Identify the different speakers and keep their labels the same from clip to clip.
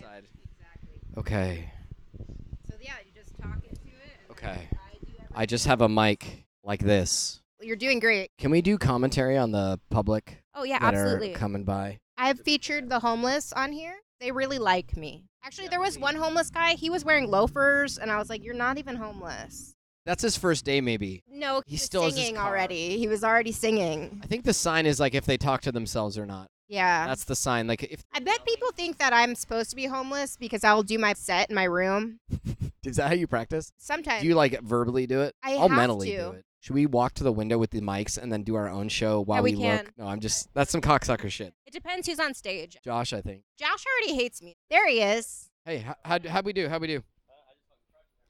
Speaker 1: God.
Speaker 2: Exactly.
Speaker 1: Okay.
Speaker 2: So yeah, you just talk into it. and
Speaker 1: Okay.
Speaker 2: then I do
Speaker 1: I just have a mic like this.
Speaker 2: everything. You're doing great.
Speaker 1: Can we do commentary on the public
Speaker 2: Oh yeah,
Speaker 1: that
Speaker 2: absolutely.
Speaker 1: are coming by?
Speaker 2: I've featured the homeless on here. They really like me. Actually, there was one homeless guy. He was wearing loafers, and I was like, "You're not even homeless."
Speaker 1: That's his first day, maybe.
Speaker 2: No,
Speaker 1: He
Speaker 2: he, was
Speaker 1: still has his
Speaker 2: singing
Speaker 1: car.
Speaker 2: already. He was already singing.
Speaker 1: I think the sign is like if they talk to themselves or not.
Speaker 2: Yeah.
Speaker 1: That's the sign. Like if
Speaker 2: I bet people think that I'm supposed to be homeless because I'll do my set in my room.
Speaker 1: is that how you practice?
Speaker 2: Sometimes
Speaker 1: Do you like verbally do it?
Speaker 2: I
Speaker 1: I'll
Speaker 2: have
Speaker 1: mentally
Speaker 2: to.
Speaker 1: do it. Should we walk to the window with the mics and then do our own show while
Speaker 2: Yeah, we
Speaker 1: look?
Speaker 2: can.
Speaker 1: No, I'm just that's some cocksucker shit.
Speaker 2: It depends who's on stage.
Speaker 1: Josh, I think.
Speaker 2: Josh already hates me. There he is.
Speaker 1: Hey, how how how we do? How we do?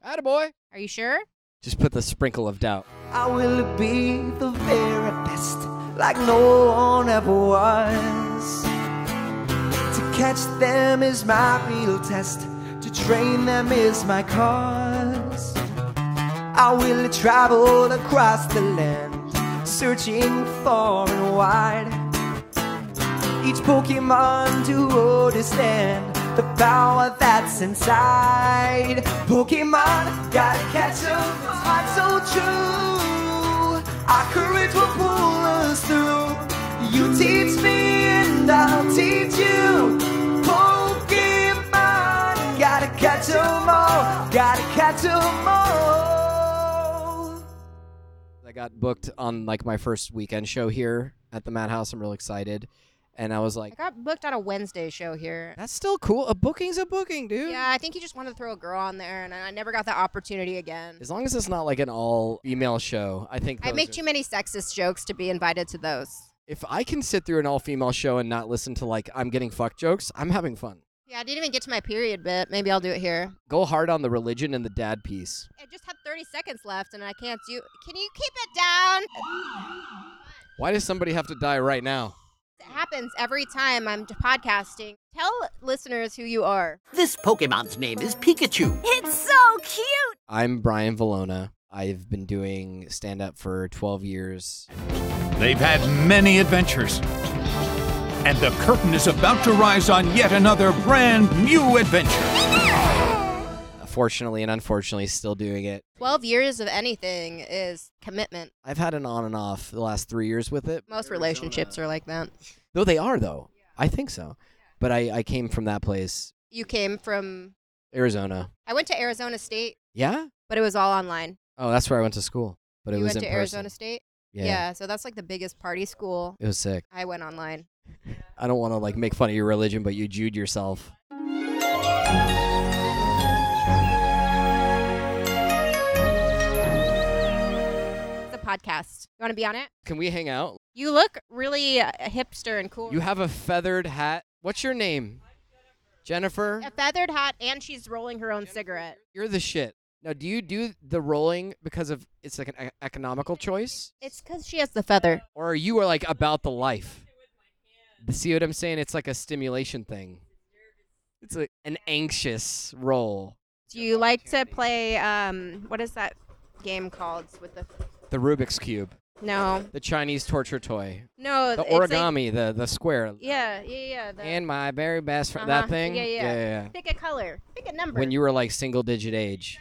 Speaker 1: Attaboy.
Speaker 2: Are you sure?
Speaker 1: Just put the sprinkle of doubt.
Speaker 3: I will be the very best, like no one ever was. To catch them is my real test, to train them is my cause. I will travel across the land, searching far and wide. Each Pokemon to understand the power that's inside. Pokemon, gotta catch 'em, it's not so true. Our courage will pull us through. You teach me and I'll teach you. Pokemon, gotta catch 'em all, gotta catch 'em all.
Speaker 1: I got booked on like my first weekend show here at the Madhouse. I'm real excited, and I was
Speaker 2: I
Speaker 1: like,
Speaker 2: got booked on a Wednesday show here.
Speaker 1: "That's still cool. A booking's a booking, dude.
Speaker 2: Yeah, I think he just wanted to throw a girl on there, and I never got that opportunity again.
Speaker 1: As long as it's not like an all female show, I think
Speaker 2: I
Speaker 1: those
Speaker 2: make
Speaker 1: are-
Speaker 2: too many sexist jokes to be invited to those.
Speaker 1: If I can sit through an all female show and not listen to like I'm getting fuck jokes, I'm having fun.
Speaker 2: Yeah, I didn't even get to my period bit. Maybe I'll do it here.
Speaker 1: Go hard on the religion and the dad piece.
Speaker 2: I just have 30 seconds left, and I can't do. Can you keep it down?
Speaker 1: Why does somebody have to die right now?
Speaker 2: It happens every time I'm podcasting. Tell listeners who you are.
Speaker 4: This Pokemon's name is Pikachu.
Speaker 5: It's so cute!
Speaker 1: I'm Brian Valona. I've been doing stand up for 12 years.
Speaker 6: They've had many adventures. And the curtain is about to rise on yet another brand new adventure.
Speaker 1: Fortunately and unfortunately, still doing it.
Speaker 2: 12 years of anything is commitment.
Speaker 1: I've had an on and off the last three years with it.
Speaker 2: Most relationships are like that.
Speaker 1: Though they are, though. I think so. But I, I came from that place,
Speaker 2: You came from.
Speaker 1: Arizona.
Speaker 2: I went to Arizona State,
Speaker 1: Yeah?
Speaker 2: but it was all online.
Speaker 1: Oh, that's where I went to school. But it
Speaker 2: you
Speaker 1: was
Speaker 2: went
Speaker 1: in
Speaker 2: to
Speaker 1: person.
Speaker 2: Arizona State?
Speaker 1: Yeah.
Speaker 2: So that's like the biggest party school.
Speaker 1: It was sick.
Speaker 2: I went online.
Speaker 1: I don't want to like make fun of your religion, but you Jewed yourself.
Speaker 2: It's a podcast. You want to be on it?
Speaker 1: Can we hang out?
Speaker 2: You look really uh, hipster and cool.
Speaker 1: You have a feathered hat. What's your name? Jennifer.
Speaker 2: a feathered hat, and she's rolling her own cigarette.
Speaker 1: You're the shit. Now, do you do the rolling because of it's like an e- economical choice,
Speaker 2: It's because she has the feather.
Speaker 1: or are you are like about the life? See what I'm saying? It's like a stimulation thing. It's like an anxious roll.
Speaker 2: Do you like to play? Um, what is that game called with the?
Speaker 1: The Rubik's cube,
Speaker 2: No,
Speaker 1: the Chinese torture toy,
Speaker 2: no.
Speaker 1: the
Speaker 2: it's like-
Speaker 1: origami, the the square,
Speaker 2: yeah, yeah, yeah. The,
Speaker 1: and my very best friend.
Speaker 2: Uh-huh.
Speaker 1: That thing.
Speaker 2: Yeah, yeah.
Speaker 1: yeah, yeah.
Speaker 2: pick a color. Pick a number.
Speaker 1: when you were like single digit age.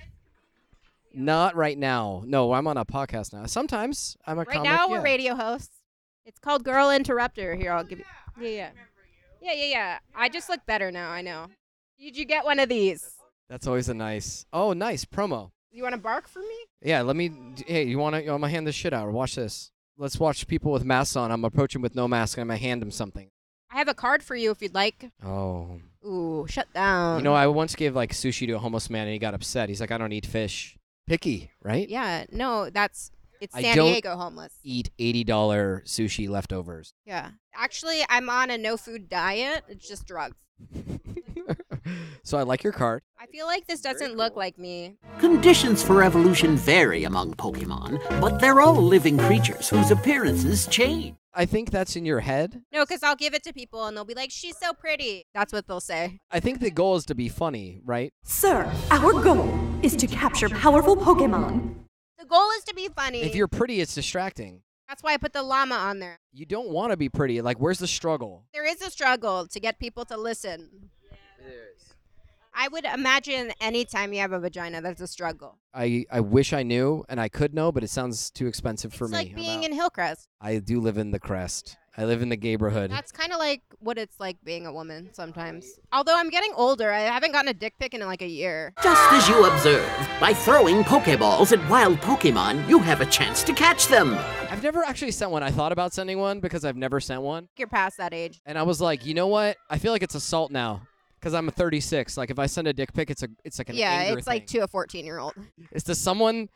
Speaker 1: Not right now. No, I'm on a podcast now. Sometimes I'm a
Speaker 2: right
Speaker 1: comic,
Speaker 2: now
Speaker 1: yeah.
Speaker 2: we're radio hosts. It's called Girl Interrupter. Here, I'll give you.
Speaker 1: Oh,
Speaker 2: Yeah, yeah. Yeah, yeah, yeah. I just look better now. I know. Did you get one of these?
Speaker 1: That's always a nice. Oh, nice promo.
Speaker 2: You want to bark for me?
Speaker 1: Yeah, let me. d- Hey, you want to? I'm gonna hand this shit out. Watch this. Let's watch people with masks on. I'm approaching with no mask, and I'm gonna hand them something.
Speaker 2: I have a card for you if you'd like.
Speaker 1: Oh,
Speaker 2: Ooh, shut down.
Speaker 1: you know, I once gave like sushi to a homeless man, and he got upset. He's like, I don't eat fish. Picky, right?
Speaker 2: Yeah, no, that's it's
Speaker 1: I
Speaker 2: San
Speaker 1: don't-
Speaker 2: Diego homeless.
Speaker 1: Eat eighty dollar sushi leftovers.
Speaker 2: Yeah. Actually, I'm on a no food diet. It's just drugs.
Speaker 1: so I like your card.
Speaker 2: I feel like this doesn't look like me.
Speaker 4: Conditions for evolution vary among Pokemon, but they're all living creatures whose appearances change.
Speaker 1: I think that's in your head.
Speaker 2: No, because I'll give it to people and they'll be like, she's so pretty. That's what they'll say.
Speaker 1: I think the goal is to be funny, right?
Speaker 5: Sir, our goal is to capture powerful Pokemon.
Speaker 2: The goal is to be funny.
Speaker 1: If you're pretty, it's distracting.
Speaker 2: That's why I put the llama on there.
Speaker 1: You don't want to be pretty. Like, where's the struggle?
Speaker 2: There is a struggle to get people to listen. I would imagine anytime you have a vagina, that's a struggle.
Speaker 1: I, I wish I knew and I could know, but it sounds too expensive for
Speaker 2: it's
Speaker 1: me.
Speaker 2: like
Speaker 1: I'm
Speaker 2: being
Speaker 1: out.
Speaker 2: in Hillcrest.
Speaker 1: I do live in the crest. I live in the neighborhood.
Speaker 2: That's kind of like what it's like being a woman sometimes. Although I'm getting older, I haven't gotten a dick pic in like a year.
Speaker 4: Just as you observe, by throwing Pokeballs at wild Pokemon, you have a chance to catch them.
Speaker 1: I've never actually sent one. I thought about sending one because I've never sent one.
Speaker 2: You're past that age.
Speaker 1: And I was like, you know what? I feel like it's assault now. Cause I'm a 36. Like if I send a dick pic, it's a it's like an
Speaker 2: yeah,
Speaker 1: anger
Speaker 2: it's like
Speaker 1: thing.
Speaker 2: to a 14 year old.
Speaker 1: It's to someone.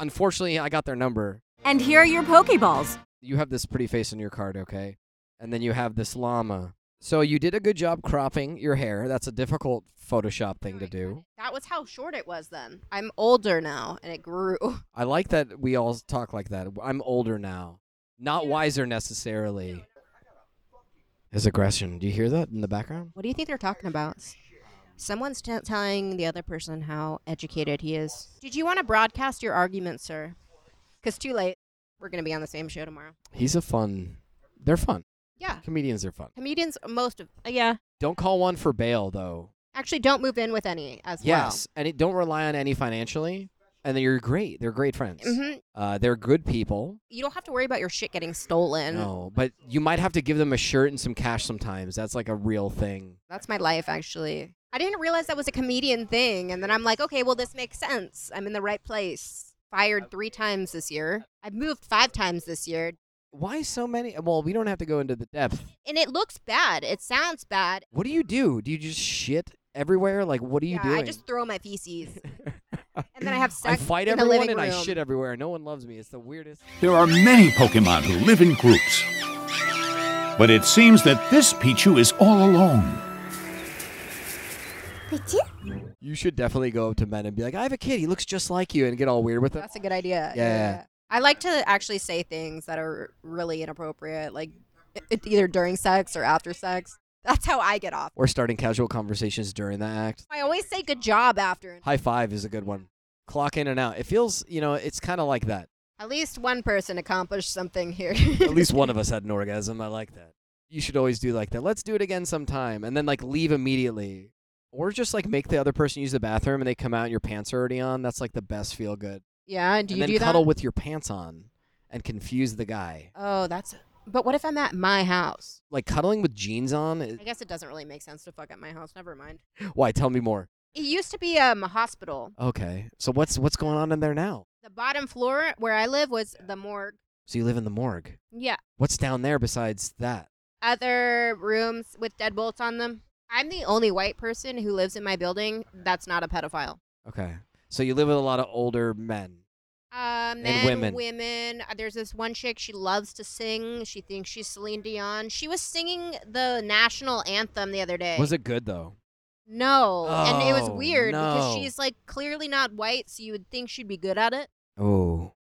Speaker 1: Unfortunately, I got their number.
Speaker 5: And here are your Pokeballs.
Speaker 1: You have this pretty face on your card, okay? And then you have this llama. So you did a good job cropping your hair. That's a difficult Photoshop thing to do.
Speaker 2: That was how short it was then. I'm older now, and it grew.
Speaker 1: I like that we all talk like that. I'm older now, not wiser necessarily. His aggression. Do you hear that in the background?
Speaker 2: What do you think they're talking about? Someone's t- telling the other person how educated he is. Did you want to broadcast your argument, sir? Because too late. We're going to be on the same show tomorrow.
Speaker 1: He's a fun. They're fun.
Speaker 2: Yeah.
Speaker 1: Comedians are fun.
Speaker 2: Comedians, most of. Uh, yeah.
Speaker 1: Don't call one for bail though.
Speaker 2: Actually, don't move in with any as
Speaker 1: Yes, and it, don't rely on any financially. And you're great. They're great friends.
Speaker 2: well. hmm
Speaker 1: Uh, they're good people.
Speaker 2: You don't have to worry about your shit getting stolen.
Speaker 1: no, but you might have to give them a shirt and some cash sometimes. That's like a real thing.
Speaker 2: That's my life, actually. I didn't realize that was a comedian thing. And then I'm like, okay, well, this makes sense. I'm in the right place. Fired three times this year. I've moved five times this year.
Speaker 1: Why so many? Well, we don't have to go into the depth.
Speaker 2: And it looks bad. It sounds bad.
Speaker 1: What do you do? Do you just shit everywhere? Like, what do you
Speaker 2: yeah,
Speaker 1: do?
Speaker 2: I just throw my feces. and then I have
Speaker 1: I
Speaker 2: sex
Speaker 1: fight
Speaker 2: in the
Speaker 1: everyone
Speaker 2: living
Speaker 1: and I
Speaker 2: room.
Speaker 1: shit everywhere. No one loves me. It's the weirdest.
Speaker 6: There are many Pokemon who live in groups. But it seems that this Pichu is all alone.
Speaker 1: You should definitely go up to men and be like, "I have a kid. He looks just like you," and get all weird with them.
Speaker 2: That's a good idea.
Speaker 1: Yeah.
Speaker 2: I like to actually say things that are really inappropriate, like i- i- either during sex or after sex. That's how I get off.
Speaker 1: Or starting casual conversations during the act.
Speaker 2: I always say good job after.
Speaker 1: High five is a good one. Clock in and out. It feels, you know, it's kind of like that.
Speaker 2: At least one person accomplished something here.
Speaker 1: At least one of us had an orgasm. I like that. You should always do like that. Let's do it again sometime, and then like leave immediately, or just like make the other person use the bathroom and they come out and your pants are already on. That's like the best feel good.
Speaker 2: yeah, do
Speaker 1: and
Speaker 2: you
Speaker 1: then
Speaker 2: do
Speaker 1: cuddle
Speaker 2: that?
Speaker 1: with your pants on and confuse the guy.
Speaker 2: oh, that's. But what if I'm at my house?
Speaker 1: Like cuddling with jeans on. Is,
Speaker 2: I guess it doesn't really make sense to fuck at my house. Never mind.
Speaker 1: why? Tell me more.
Speaker 2: It used to be um, a hospital.
Speaker 1: Okay. So what's what's going on in there now?
Speaker 2: The bottom floor where I live was the morgue.
Speaker 1: So you live in the morgue.
Speaker 2: Yeah,
Speaker 1: What's down there besides that?
Speaker 2: other rooms with deadbolts on them. I'm the only white person who lives in my building that's not a pedophile.
Speaker 1: Okay. So you live with a lot of older men.
Speaker 2: Um,
Speaker 1: And
Speaker 2: then
Speaker 1: women.
Speaker 2: women. uh, There's this one chick. She loves to sing. She thinks she's Celine Dion. She was singing the national anthem the other day.
Speaker 1: Was it good though?
Speaker 2: No, and it was
Speaker 1: Oh,
Speaker 2: weird because
Speaker 1: no.
Speaker 2: she's like clearly not white, so you would think she'd be good at it.
Speaker 1: Oh.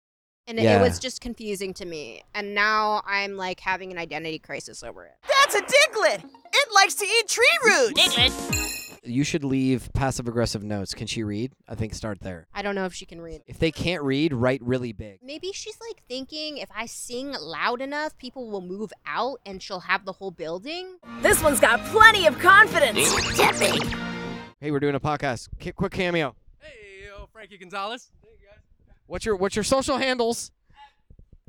Speaker 2: And it-
Speaker 1: Yeah.
Speaker 2: it was just confusing to me. And now I'm like having an identity crisis over it.
Speaker 7: That's a diglet! It likes to eat tree roots!
Speaker 1: You should leave passive aggressive notes. Can she read? I think start there.
Speaker 2: I don't know if she can read.
Speaker 1: If they can't read, write really big.
Speaker 2: Maybe she's like thinking if I sing loud enough, people will move out and she'll have the whole building.
Speaker 7: This one's got plenty of confidence!
Speaker 1: Hey, we're doing a podcast. Ki- quick cameo. Hey, yo, Frankie Gonzalez. What's your what's your social handles?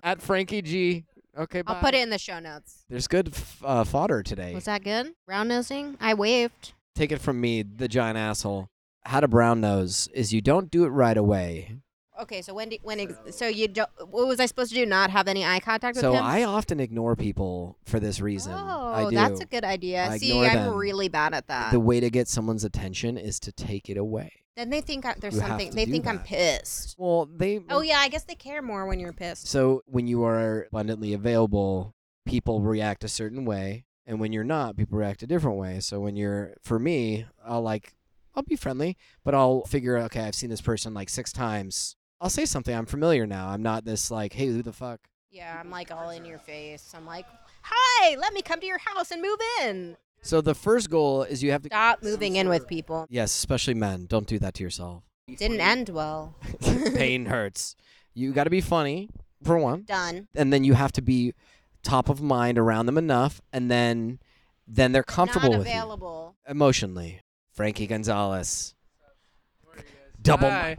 Speaker 1: At Frankie G. Okay, bye.
Speaker 2: I'll put it in the show notes.
Speaker 1: There's good f- uh, fodder today.
Speaker 2: Was that good? Round nosing? I waved.
Speaker 1: Take it from me, the giant asshole. How to brown nose is you don't do it right away.
Speaker 2: Okay, so when do, when ex- so you don't what was I supposed to do? Not have any eye contact with
Speaker 1: So
Speaker 2: him?
Speaker 1: I often ignore people for this reason. I
Speaker 2: Oh,
Speaker 1: do.
Speaker 2: that's a good idea.
Speaker 1: I
Speaker 2: See,
Speaker 1: ignore
Speaker 2: I'm
Speaker 1: them.
Speaker 2: really bad at that.
Speaker 1: The way to get someone's attention is to take it away.
Speaker 2: then they think I, there's
Speaker 1: You have
Speaker 2: something.
Speaker 1: to
Speaker 2: They
Speaker 1: do
Speaker 2: think I'm
Speaker 1: that.
Speaker 2: pissed.
Speaker 1: Well, they.
Speaker 2: Oh yeah, I guess they care more when you're pissed.
Speaker 1: So when you are abundantly available, people react a certain way, and when you're not, people react a different way. So when you're, for me, I'll like, I'll be friendly, but I'll figure, okay, I've seen this person like six times. I'll say something. I'm familiar now. I'm not this like, hey, who the fuck?
Speaker 2: Yeah, I'm like all in your face. I'm like, hi, let me come to your house and move in.
Speaker 1: So the first goal is you have to.
Speaker 2: Stop moving in with people.
Speaker 1: Yes, especially men. Don't do that to yourself.
Speaker 2: Didn't end well.
Speaker 1: Pain hurts. You got to be funny for one.
Speaker 2: Done.
Speaker 1: and then you have to be top of mind around them enough and then then they're comfortable
Speaker 2: Not
Speaker 1: with you
Speaker 2: available.
Speaker 1: emotionally Frankie Gonzalez. Double.
Speaker 8: Hi.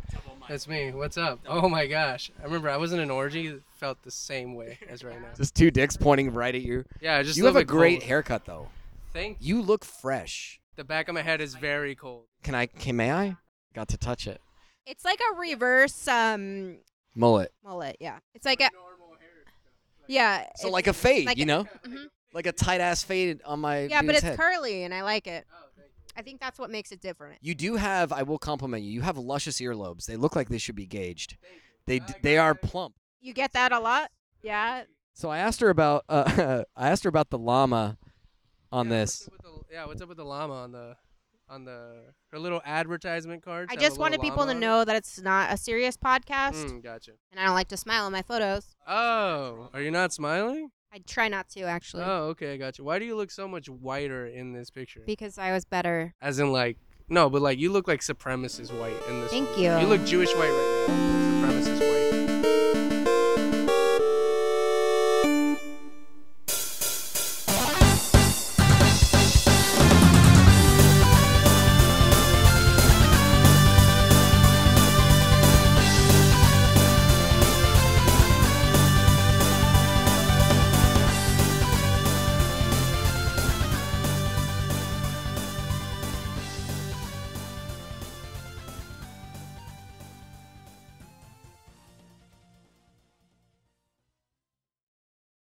Speaker 8: That's me. What's up? Oh my gosh. I remember I was in an orgy that felt the same way as right now.
Speaker 1: Just two dicks pointing right at you.
Speaker 8: Yeah, just
Speaker 1: you have
Speaker 8: little
Speaker 1: a
Speaker 8: bit
Speaker 1: great
Speaker 8: cold.
Speaker 1: haircut though.
Speaker 8: Thank you.
Speaker 1: You look fresh.
Speaker 8: The back of my head is very cold.
Speaker 1: Can I? Can may I? Got to touch it.
Speaker 2: It's like a reverse um
Speaker 1: Mullet.
Speaker 2: mullet. Yeah, it's like a yeah.
Speaker 1: So
Speaker 2: it's-
Speaker 1: like a fade,
Speaker 2: like
Speaker 1: you
Speaker 2: a-
Speaker 1: know,
Speaker 2: Mhm.
Speaker 1: like a tight ass fade on my.
Speaker 2: yeah, but
Speaker 1: dude's
Speaker 2: it's
Speaker 1: head.
Speaker 2: curly, and I like it. I think that's what makes it different.
Speaker 1: You do have. I will compliment you. You have luscious earlobes. They look like they should be gauged. They d- they are plump.
Speaker 2: You get that a lot. Yeah,
Speaker 1: So I asked her about. Uh, I asked her about the llama, on this.
Speaker 8: What's up with the, yeah, what's up with the llama on the on the her little advertisement cards?
Speaker 2: I
Speaker 8: have a
Speaker 2: just
Speaker 8: little
Speaker 2: wanted people
Speaker 8: llama
Speaker 2: to
Speaker 8: on
Speaker 2: know that it's not a serious
Speaker 8: it?
Speaker 2: podcast,
Speaker 8: Mm, gotcha.
Speaker 2: and I don't like to smile in my photos.
Speaker 8: Oh, are you not smiling?
Speaker 2: I try not to actually,
Speaker 8: Oh, okay, gotcha. Why do you look so much whiter in this picture?
Speaker 2: because I was better.
Speaker 8: As in, like, no, but like you look like supremacist white in this.
Speaker 2: Thank
Speaker 8: one.
Speaker 2: you.
Speaker 8: You look Jewish white right now. Supremacist white.